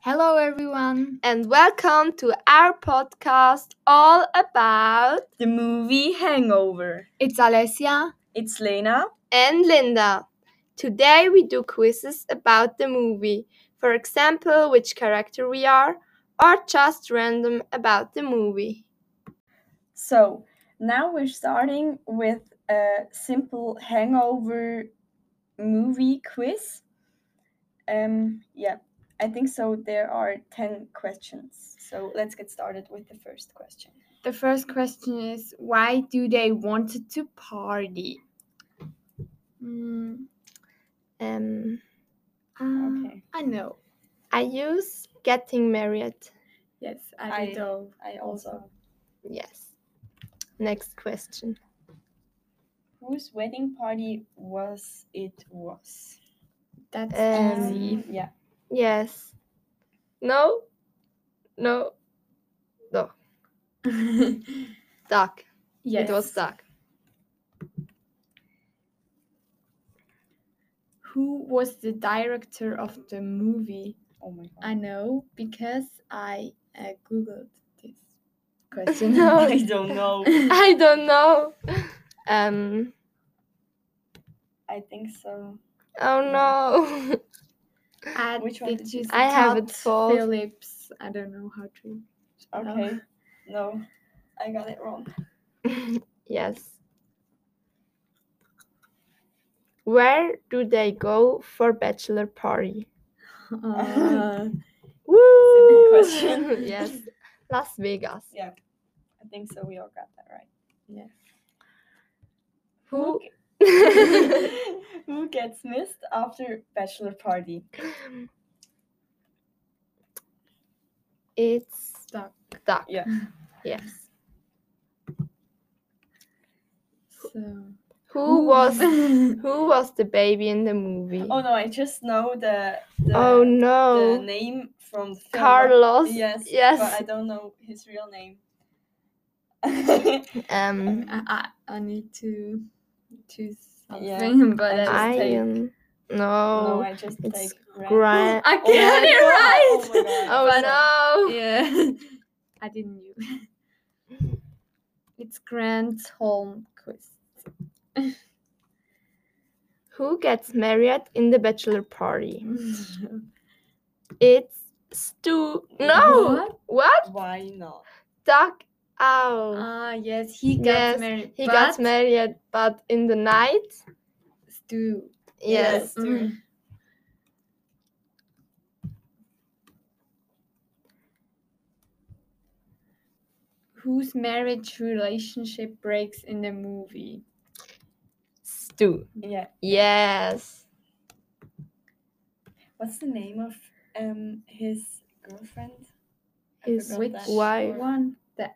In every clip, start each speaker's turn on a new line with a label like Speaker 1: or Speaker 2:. Speaker 1: Hello, everyone.
Speaker 2: and welcome to our podcast all about
Speaker 3: the movie Hangover.
Speaker 1: It's Alessia.
Speaker 3: It's Lena.
Speaker 2: and Linda. Today we do quizzes about the movie, for example, which character we are, or just random about the movie.
Speaker 3: So now we're starting with a simple Hangover movie quiz. Um, yeah, I think so. There are 10 questions. So let's get started with the first question.
Speaker 1: The first question is why do they want to party? Mm,
Speaker 2: Um,
Speaker 1: uh,
Speaker 3: Okay.
Speaker 1: I know.
Speaker 2: I use getting married.
Speaker 1: Yes,
Speaker 3: I-
Speaker 1: I, know.
Speaker 3: I also.
Speaker 2: Yes. Next question.
Speaker 3: Whose wedding party was it? Was
Speaker 1: That's
Speaker 2: Um,
Speaker 1: easy.
Speaker 3: yeah.
Speaker 2: Yes. No. No. Duck.
Speaker 1: Yes.
Speaker 2: It was duck.
Speaker 1: Who was the director of the movie?
Speaker 3: Oh my god.
Speaker 1: I know because I uh, googled this question.
Speaker 2: No.
Speaker 3: I don't know.
Speaker 2: I don't know. Um.
Speaker 3: I think so.
Speaker 2: Oh no.
Speaker 1: I
Speaker 3: Which one did you
Speaker 1: just
Speaker 2: I have it
Speaker 1: thought
Speaker 2: solved.
Speaker 1: Phillips. I don't know how to. No.
Speaker 3: Okay. No, I got it wrong.
Speaker 2: yes. Where do they go for bachelor party?
Speaker 1: Uh,
Speaker 2: Woo!
Speaker 3: question.
Speaker 2: yes. Las Vegas.
Speaker 3: Yeah, I think so. We all got that right.
Speaker 1: yes.
Speaker 2: Who?
Speaker 3: ge- Who gets missed after bachelor party?
Speaker 2: it's
Speaker 1: Duck.
Speaker 2: duck.
Speaker 3: Yeah.
Speaker 2: Yes.
Speaker 1: So
Speaker 2: Who was who was the baby in the movie?
Speaker 3: Oh no, I just know the the,
Speaker 2: Oh,
Speaker 3: the
Speaker 2: no.
Speaker 3: name from the film, but-
Speaker 2: Carlos.
Speaker 3: Yes. But I
Speaker 2: Yes. Oh,
Speaker 3: don't know his real name.
Speaker 2: Um
Speaker 1: I, I, I need to choose something,
Speaker 3: Yeah,
Speaker 1: but
Speaker 3: just
Speaker 1: I,
Speaker 2: I
Speaker 3: take-
Speaker 2: am
Speaker 3: no,
Speaker 2: no.
Speaker 3: I just
Speaker 2: it's
Speaker 3: take
Speaker 2: Grant.
Speaker 1: I
Speaker 3: Oh
Speaker 1: get
Speaker 3: my
Speaker 1: it
Speaker 3: God,
Speaker 1: right.
Speaker 2: Oh
Speaker 1: But-
Speaker 2: no.
Speaker 1: yeah, I didn't knew. It's Grant Holmquist.
Speaker 2: Who gets married in the bachelor party? It's Stu. No. What?
Speaker 3: Why not?
Speaker 2: Duck
Speaker 3: Uh,
Speaker 2: out.
Speaker 1: Ah, yes, he got
Speaker 2: Yes,
Speaker 1: married.
Speaker 2: he got
Speaker 1: but
Speaker 2: married, but in the night.
Speaker 1: Stu.
Speaker 2: Yes.
Speaker 3: Yes. Stu.
Speaker 1: Mhm. Whose marriage relationship breaks in the movie?
Speaker 2: Stu.
Speaker 1: Mm-hmm.
Speaker 3: Yeah.
Speaker 2: Yes.
Speaker 3: What's the name of um his girlfriend? I
Speaker 2: His
Speaker 3: forgot
Speaker 1: Which
Speaker 3: that
Speaker 2: Why?
Speaker 3: word.
Speaker 1: one? The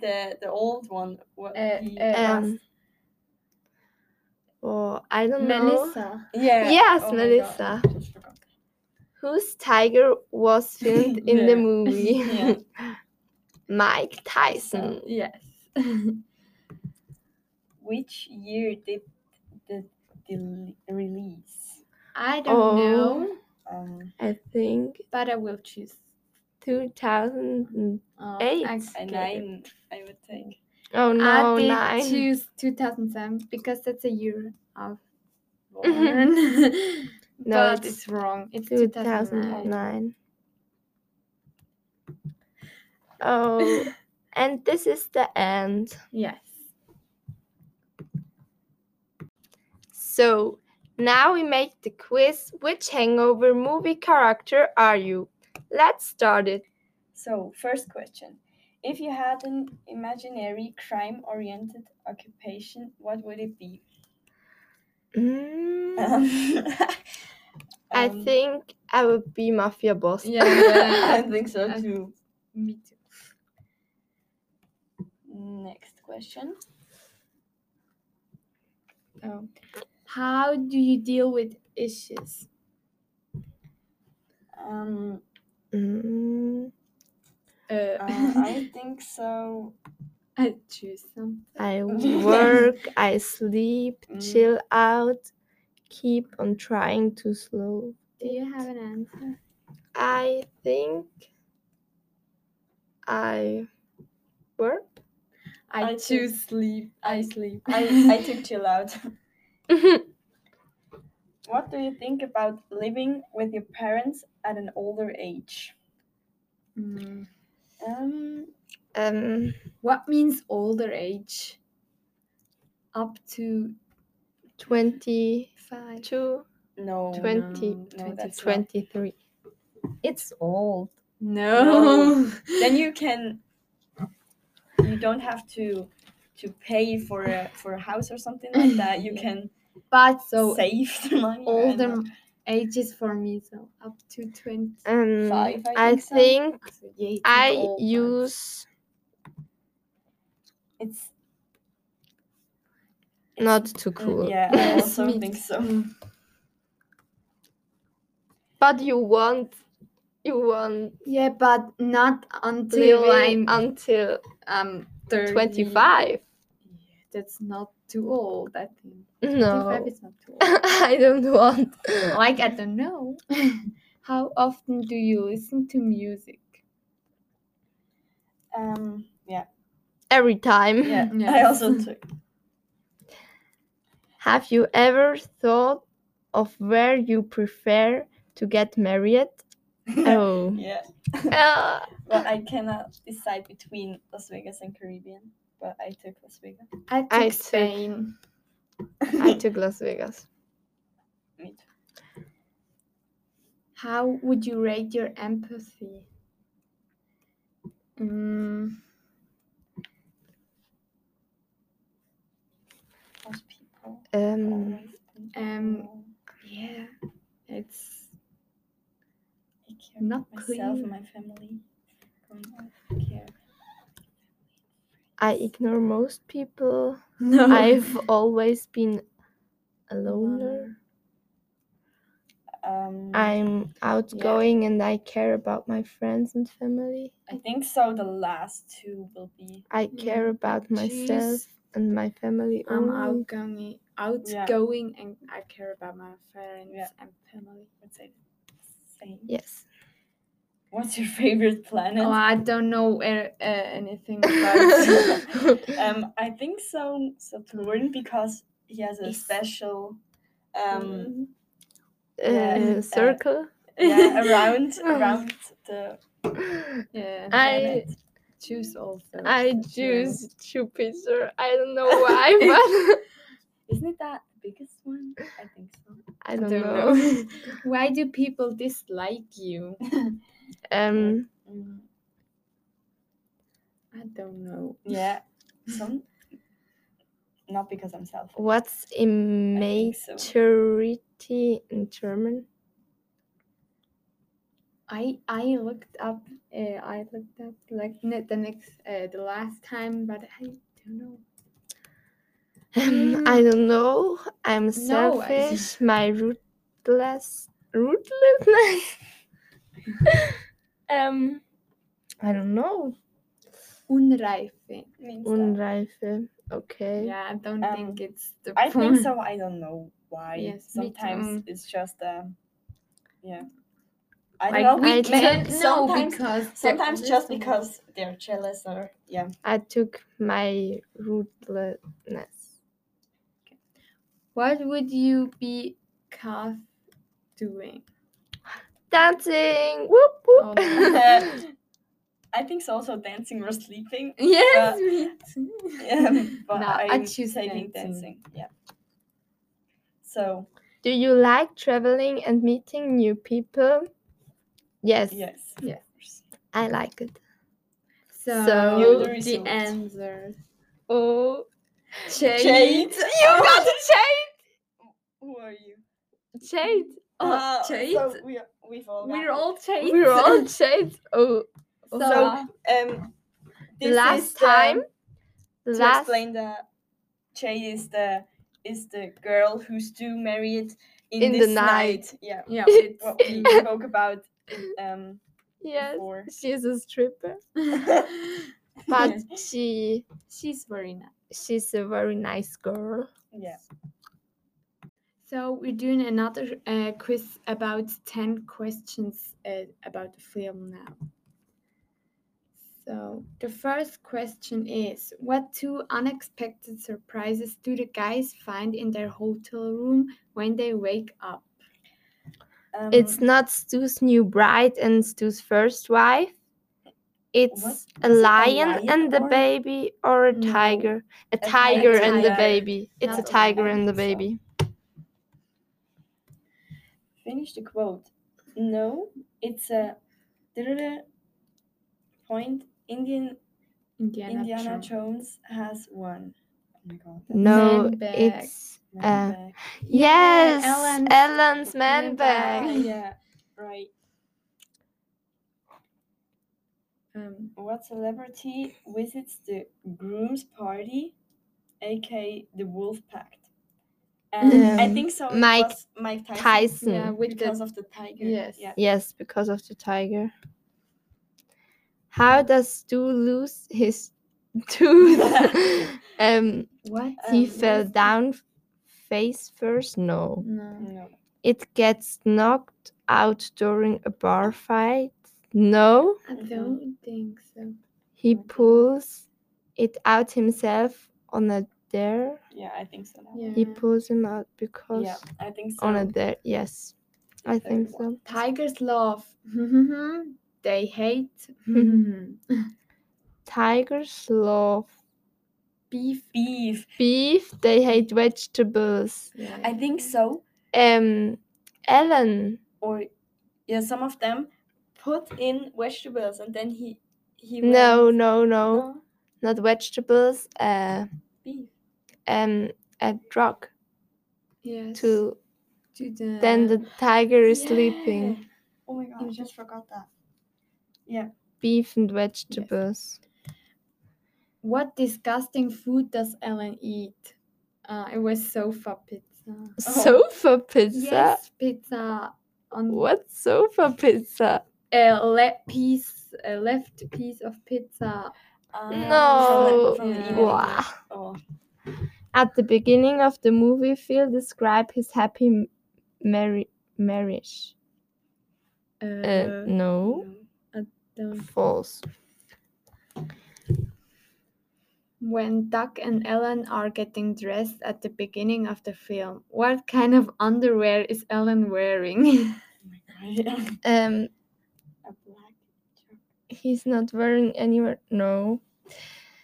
Speaker 3: The the old one. What
Speaker 1: Uh,
Speaker 3: he
Speaker 1: uh,
Speaker 3: was-
Speaker 2: Um, Oh, I don't know.
Speaker 1: Melissa.
Speaker 3: Yeah. Oh
Speaker 2: Yes,
Speaker 3: my God,
Speaker 2: Melissa.
Speaker 3: I just forgot.
Speaker 2: Whose tiger was filmed in the
Speaker 3: Yeah.
Speaker 2: movie?
Speaker 3: Yeah.
Speaker 2: Mike Tyson.
Speaker 1: Yes.
Speaker 3: Which year did the del- release?
Speaker 1: I don't
Speaker 2: Oh,
Speaker 1: know,
Speaker 3: Um,
Speaker 2: I think
Speaker 1: but I will choose.
Speaker 2: 2000.
Speaker 1: Uh,
Speaker 2: Eight.
Speaker 1: I
Speaker 3: a
Speaker 1: get-
Speaker 3: nine, I would think.
Speaker 2: Oh no,
Speaker 1: I did
Speaker 2: nine.
Speaker 1: choose 2007 because that's a year of
Speaker 3: Well,
Speaker 1: no,
Speaker 2: No,
Speaker 1: but
Speaker 2: it's
Speaker 1: it's wrong. It's 2009.
Speaker 2: 2009. Oh, and this is the end.
Speaker 1: Yes.
Speaker 2: So now we make the quiz Which hangover movie character are you? Let's start it.
Speaker 3: So, first question. If you had an imaginary crime oriented occupation, what would it be?
Speaker 2: Mm,
Speaker 3: Um,
Speaker 2: I
Speaker 3: um,
Speaker 2: think I would be mafia boss.
Speaker 1: Yeah.
Speaker 3: I
Speaker 1: yeah.
Speaker 3: think so
Speaker 1: I-
Speaker 3: too.
Speaker 1: Me too.
Speaker 3: Next question.
Speaker 1: Oh. How do you deal with issues?
Speaker 3: Um,
Speaker 2: Mm,
Speaker 1: Uh,
Speaker 3: uh, I think so.
Speaker 1: I choose some.
Speaker 2: I work, I sleep,
Speaker 3: Mm.
Speaker 2: chill out, keep on trying to slow.
Speaker 1: Do you have an answer?
Speaker 2: I think I work.
Speaker 1: I,
Speaker 3: I
Speaker 1: too
Speaker 3: took-
Speaker 1: sleep. I sleep.
Speaker 3: I, I took chill out.
Speaker 2: I
Speaker 3: What do you think about living with your parents at an older age?
Speaker 1: Mm.
Speaker 3: Um,
Speaker 2: um
Speaker 1: What means older age? Up to
Speaker 2: 22,
Speaker 1: five.
Speaker 2: 20,
Speaker 3: no.
Speaker 1: Twen-
Speaker 3: no, that's not.
Speaker 2: 23.
Speaker 4: It's old.
Speaker 1: No.
Speaker 3: Then you can. You don't have to to pay for a for a house or something like that. You can
Speaker 1: but so
Speaker 3: save the money. and-
Speaker 1: older ages for me, so up to 20.
Speaker 2: Um,
Speaker 3: Five, I
Speaker 2: I,
Speaker 3: think
Speaker 2: think,
Speaker 1: So
Speaker 3: so.
Speaker 1: yeah, it's not
Speaker 2: I
Speaker 1: old, Oh, but-
Speaker 2: use
Speaker 3: It's mm,
Speaker 2: not too cool.
Speaker 3: yeah. I
Speaker 1: Yes,
Speaker 3: also
Speaker 1: me
Speaker 3: think
Speaker 1: too.
Speaker 3: so.
Speaker 2: But you won't you won't
Speaker 1: Yeah, but not
Speaker 2: live
Speaker 1: until
Speaker 2: it
Speaker 1: I'm
Speaker 2: until
Speaker 1: um 30.
Speaker 2: 25.
Speaker 1: Yeah, that's not too old, I think. 25
Speaker 2: No.
Speaker 1: is not too old.
Speaker 2: I don't want.
Speaker 1: like I don't know. How often do you listen to music?
Speaker 3: Um, yeah,
Speaker 2: Every time.
Speaker 3: yeah. I
Speaker 1: Yes.
Speaker 3: also took.
Speaker 2: Have you ever thought of where you prefer to get married? Oh.
Speaker 3: yeah,
Speaker 2: Ah,
Speaker 3: but I cannot decide between Las Vegas and Caribbean. But I took Las Vegas.
Speaker 1: I took
Speaker 2: I took-
Speaker 1: Spain.
Speaker 2: I took Las Vegas.
Speaker 3: Me too.
Speaker 1: How would you rate your empathy? Mm,
Speaker 3: Most people.
Speaker 2: Um,
Speaker 3: always think
Speaker 1: um,
Speaker 3: more.
Speaker 1: yeah, it's
Speaker 3: I care
Speaker 1: not
Speaker 3: about myself
Speaker 1: clean.
Speaker 3: and my family. Um, I care.
Speaker 2: I ignore most people.
Speaker 3: Oh.
Speaker 1: no.
Speaker 2: I've always been a loner.
Speaker 3: Um,
Speaker 2: I'm outgoing and I care about my friends and family.
Speaker 3: I think so. The last two will be.
Speaker 2: I care about myself
Speaker 1: Choose-
Speaker 2: and my family.
Speaker 1: I'm
Speaker 2: only.
Speaker 1: outgoing, outgoing, and I care about my friends
Speaker 3: Yeah.
Speaker 1: and family.
Speaker 3: Let's say. Same.
Speaker 2: Yes.
Speaker 3: What's your favorite planet?
Speaker 1: Oh, I don't know uh, uh, anything about.
Speaker 2: I
Speaker 3: um, I think so. Saturn because he has a
Speaker 1: Is-
Speaker 3: special. Um,
Speaker 1: Mm.
Speaker 2: uh, circle.
Speaker 3: yeah, around
Speaker 1: Oh.
Speaker 3: around the
Speaker 1: yeah,
Speaker 2: I
Speaker 1: choose also.
Speaker 2: I
Speaker 1: Saturn.
Speaker 2: choose Jupiter. I don't know why,
Speaker 3: isn't it that the biggest one? I think so.
Speaker 2: but I don't,
Speaker 1: Don't
Speaker 2: know.
Speaker 1: know. Why do people dislike you?
Speaker 2: Um,
Speaker 3: Mm,
Speaker 1: I don't know.
Speaker 3: yeah, some not because I'm selfish.
Speaker 2: what's
Speaker 3: think so.
Speaker 2: immaturity in German?
Speaker 1: I I looked up. Uh, I looked up like ne- the next uh, the last time, but I don't know.
Speaker 2: Um, I don't know. I'm
Speaker 1: No, I-
Speaker 2: selfish. My rootless rootlessness. um, I don't know.
Speaker 1: Unreife.
Speaker 3: Means that.
Speaker 2: Unreife. Okay.
Speaker 1: Yeah, I don't
Speaker 3: Um,
Speaker 1: think it's the.
Speaker 3: I think
Speaker 1: point.
Speaker 3: so. I don't know why.
Speaker 1: Yes, me too.
Speaker 3: sometimes
Speaker 1: Mm.
Speaker 3: it's just um, yeah. I
Speaker 1: Like,
Speaker 3: don't know.
Speaker 2: I
Speaker 1: we
Speaker 2: took-
Speaker 1: can't know
Speaker 3: sometimes-
Speaker 1: because the
Speaker 3: sometimes just
Speaker 1: reason-
Speaker 3: because they're jealous or yeah.
Speaker 2: I took my rootlessness.
Speaker 1: What would you be calf doing?
Speaker 2: Dancing. Whoop whoop.
Speaker 1: Oh.
Speaker 3: I think so. Also dancing or sleeping. Uh,
Speaker 1: Yes, me too.
Speaker 3: Um, but
Speaker 1: No, I
Speaker 3: I'm
Speaker 1: choose
Speaker 3: taking
Speaker 1: dancing.
Speaker 3: dancing. Yeah. So
Speaker 2: Do you like traveling and meeting new people? Yes,
Speaker 3: yes.
Speaker 1: Yes.
Speaker 2: I like it.
Speaker 1: So,
Speaker 2: So-
Speaker 3: You're the
Speaker 1: the,
Speaker 3: result.
Speaker 1: answer.
Speaker 2: Oh,
Speaker 1: Jade. oh.
Speaker 3: Jade.
Speaker 2: you got a shade.
Speaker 3: Who are you?
Speaker 2: Shade.
Speaker 1: Oh,
Speaker 3: Ah,
Speaker 1: Jade.
Speaker 3: So we are, we've all.
Speaker 1: We're
Speaker 3: got-
Speaker 1: all Jade.
Speaker 2: We're all shades. Oh,
Speaker 1: so,
Speaker 3: So um.
Speaker 2: the
Speaker 3: This is
Speaker 2: last
Speaker 3: the-
Speaker 2: time. The
Speaker 3: to
Speaker 2: last.
Speaker 3: explain the Jade is the is the girl who's too married in,
Speaker 2: In the
Speaker 3: this
Speaker 2: night.
Speaker 3: Yeah,
Speaker 1: yeah, it's
Speaker 3: what we spoke about um
Speaker 2: Yes,
Speaker 3: before.
Speaker 2: she's a stripper, but
Speaker 3: But-
Speaker 2: she
Speaker 1: she's very nice.
Speaker 3: Mm-hmm.
Speaker 2: she's a very nice girl.
Speaker 3: Yeah.
Speaker 1: So we're doing another uh, quiz about 10 questions uh, about the film now. So the first question is what two unexpected surprises do the guys find in their hotel room when they wake up?
Speaker 3: Um,
Speaker 2: It's not Stu's new bride and Stu's first wife. It's
Speaker 3: Is
Speaker 2: a
Speaker 3: it a
Speaker 2: lion,
Speaker 3: lion
Speaker 2: and the
Speaker 3: or-
Speaker 2: baby, or a
Speaker 1: No,
Speaker 2: tiger. A,
Speaker 3: a
Speaker 2: tiger and the
Speaker 1: tiger.
Speaker 2: baby. It's
Speaker 1: Not
Speaker 2: a
Speaker 1: a
Speaker 2: tiger
Speaker 3: lion,
Speaker 2: and the
Speaker 3: so-
Speaker 2: baby.
Speaker 3: Finish the quote. No, it's a point. Indian
Speaker 1: Indiana,
Speaker 3: Indiana
Speaker 1: Jones.
Speaker 3: Jones has won. Oh my god. that's
Speaker 2: No,
Speaker 1: Man bag.
Speaker 2: it's
Speaker 3: not
Speaker 2: uh,
Speaker 3: bad.
Speaker 2: yes,
Speaker 1: Ellen's
Speaker 2: Ellen's, man
Speaker 1: man
Speaker 3: Ah,
Speaker 1: bag.
Speaker 2: bag.
Speaker 3: yeah, right.
Speaker 1: Um,
Speaker 3: What celebrity visits the groom's party, aka the Wolf Pact? And I
Speaker 2: Um,
Speaker 3: think so. it
Speaker 2: Mike
Speaker 3: was Mike Tyson.
Speaker 2: Tyson.
Speaker 1: yeah, with
Speaker 3: because
Speaker 1: the
Speaker 3: of the tiger.
Speaker 1: Yes.
Speaker 3: Yeah.
Speaker 2: Yes, because of the tiger. How does Stu lose his tooth? um,
Speaker 1: what?
Speaker 2: he
Speaker 3: Um,
Speaker 2: fell down face first. No,
Speaker 1: No.
Speaker 3: No.
Speaker 2: it gets knocked out during a bar fight. No,
Speaker 1: I don't think so. Oh
Speaker 2: he pulls it out himself on a dare.
Speaker 3: Yeah, I think so. Now.
Speaker 1: Yeah.
Speaker 2: He pulls him out because
Speaker 3: Yeah, I think so.
Speaker 2: on a dare. Yes, I
Speaker 3: It's
Speaker 2: think
Speaker 3: everyone.
Speaker 2: so.
Speaker 1: Tigers love. they hate.
Speaker 2: Tigers love
Speaker 1: Beef.
Speaker 3: Beef.
Speaker 2: beef. They hate vegetables.
Speaker 1: Yeah.
Speaker 3: I think so.
Speaker 2: um Ellen
Speaker 3: Or yeah, some of them put in vegetables and then he he
Speaker 2: no
Speaker 3: went-
Speaker 2: no no
Speaker 3: No,
Speaker 2: not vegetables uh
Speaker 3: beef.
Speaker 2: um a drug
Speaker 1: Yes.
Speaker 2: to
Speaker 1: to the,
Speaker 2: then the tiger is
Speaker 3: Yeah.
Speaker 2: sleeping
Speaker 3: Oh my god, I just forgot that.
Speaker 2: beef and vegetables
Speaker 1: What disgusting food does Ellen eat? Uh, it was sofa pizza.
Speaker 2: sofa pizza
Speaker 1: Yes, pizza on
Speaker 2: what sofa pizza
Speaker 1: a le- piece, a left piece of pizza.
Speaker 3: Um,
Speaker 2: no
Speaker 3: from the- from the
Speaker 1: Yeah.
Speaker 3: email,
Speaker 2: Wah.
Speaker 3: yeah. Oh,
Speaker 2: at the beginning of the movie phil described his happy m- marri- marriage
Speaker 1: Uh,
Speaker 2: uh, no
Speaker 3: no.
Speaker 1: don't-
Speaker 2: false
Speaker 1: When Doug and Ellen are getting dressed at the beginning of the film, what kind of underwear is Ellen wearing?
Speaker 3: Oh my god.
Speaker 2: um
Speaker 3: a black truck.
Speaker 2: he's not wearing anywhere no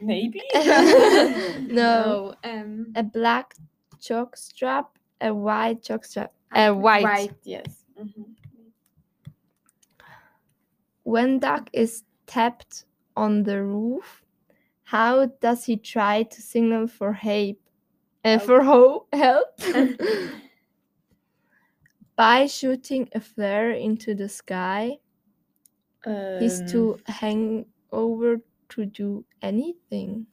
Speaker 3: Maybe. Mm-hmm.
Speaker 2: no
Speaker 1: So, um,
Speaker 2: a black chalk strap, a white chalk strap, a white.
Speaker 1: white, yes.
Speaker 3: Mhm.
Speaker 2: When Duck is tapped on the roof, how does he try to signal for help? Uh,
Speaker 3: Help.
Speaker 2: for ho- help? By shooting a flare into the sky,
Speaker 3: Um,
Speaker 2: he's too hang over to do anything.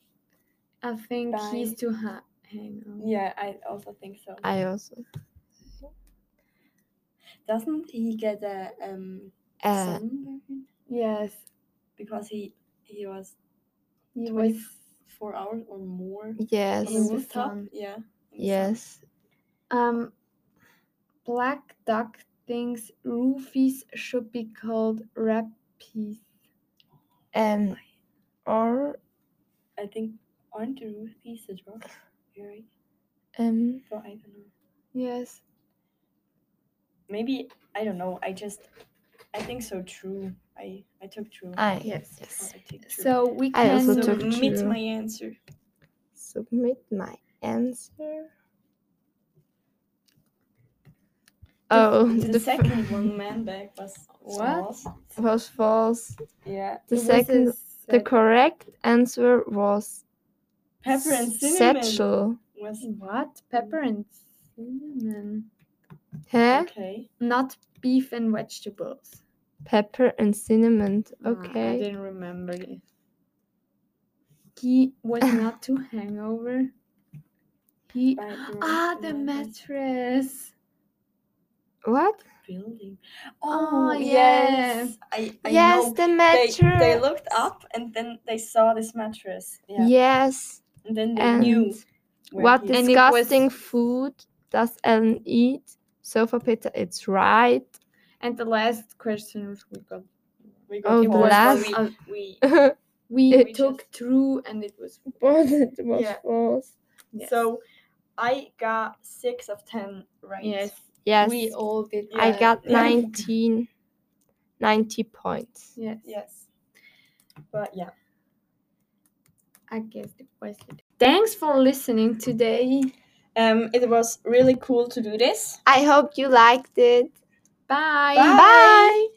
Speaker 1: I think he's
Speaker 3: Bye.
Speaker 1: too ha- hang on.
Speaker 3: Yeah, I also think so.
Speaker 2: I also
Speaker 3: Doesn't he get a um
Speaker 2: uh,
Speaker 3: sunburn?
Speaker 1: Yes,
Speaker 3: because he he was
Speaker 1: he
Speaker 3: 20
Speaker 1: was.
Speaker 3: four hours or more
Speaker 2: yes,
Speaker 3: on
Speaker 1: In
Speaker 3: the
Speaker 1: the
Speaker 3: rooftop.
Speaker 1: sun.
Speaker 3: Yeah. in the sun.
Speaker 2: yes,
Speaker 1: Um, Black Duck thinks roofies should be called rapies.
Speaker 2: um, or
Speaker 3: I think aren't the roofies a drug? You're Right?
Speaker 2: um,
Speaker 3: But I don't know.
Speaker 1: Yes.
Speaker 3: Maybe I don't know. I just I think so. True. I I took true.
Speaker 2: I
Speaker 1: Yes.
Speaker 3: Or I take true.
Speaker 1: So we
Speaker 2: I
Speaker 1: can
Speaker 2: also
Speaker 3: So
Speaker 2: took
Speaker 3: meet
Speaker 2: true.
Speaker 3: my answer.
Speaker 2: submit my answer.
Speaker 3: The-
Speaker 2: Oh,
Speaker 3: the,
Speaker 2: the fir-
Speaker 3: second one, man bag was
Speaker 1: What?
Speaker 3: false.
Speaker 2: was false.
Speaker 3: Yeah,
Speaker 2: The
Speaker 1: It was a
Speaker 2: second, the
Speaker 1: sec-
Speaker 2: correct answer was
Speaker 3: pepper and
Speaker 2: s-
Speaker 3: cinnamon
Speaker 2: satchel.
Speaker 3: was
Speaker 1: what? Pepper and cinnamon.
Speaker 2: Huh?
Speaker 3: okay.
Speaker 1: Not beef and vegetables.
Speaker 2: Pepper and cinnamon.
Speaker 1: Ah, I
Speaker 2: Okay.
Speaker 1: didn't remember it. He was not too hangover. He
Speaker 3: by the
Speaker 1: ah the
Speaker 3: Roman
Speaker 1: mattress.
Speaker 2: what?
Speaker 3: building.
Speaker 1: Oh,
Speaker 3: Oh,
Speaker 1: yes.
Speaker 3: yes, I, I
Speaker 2: yes,
Speaker 3: know.
Speaker 2: the
Speaker 3: They,
Speaker 2: mattress.
Speaker 3: they looked up and then they saw this mattress. Yeah,
Speaker 2: Yes.
Speaker 3: and then they
Speaker 2: And
Speaker 3: knew where
Speaker 2: what
Speaker 3: he-
Speaker 1: is- And it was-
Speaker 2: disgusting food Does Ellen eat sofa pizza? It's right.
Speaker 1: And the last question we got.
Speaker 3: We
Speaker 2: Oh,
Speaker 1: it
Speaker 2: the
Speaker 1: was
Speaker 2: last-
Speaker 1: we-
Speaker 3: one.
Speaker 1: we,
Speaker 2: but
Speaker 1: we,
Speaker 2: It-
Speaker 1: took two and it was
Speaker 2: it was
Speaker 3: Yeah.
Speaker 2: false.
Speaker 1: yes.
Speaker 3: So I got six of ten right.
Speaker 1: yes,
Speaker 2: Yes.
Speaker 1: we all did.
Speaker 2: I
Speaker 3: Yeah.
Speaker 2: got
Speaker 3: Yeah.
Speaker 2: 19, 90 points.
Speaker 1: yes.
Speaker 3: Yes. But yeah.
Speaker 1: I guess it was it. Thanks for listening today.
Speaker 3: Um, it was really cool to do this.
Speaker 2: I hope you liked it.
Speaker 1: Bye.
Speaker 3: Bye.
Speaker 2: Bye.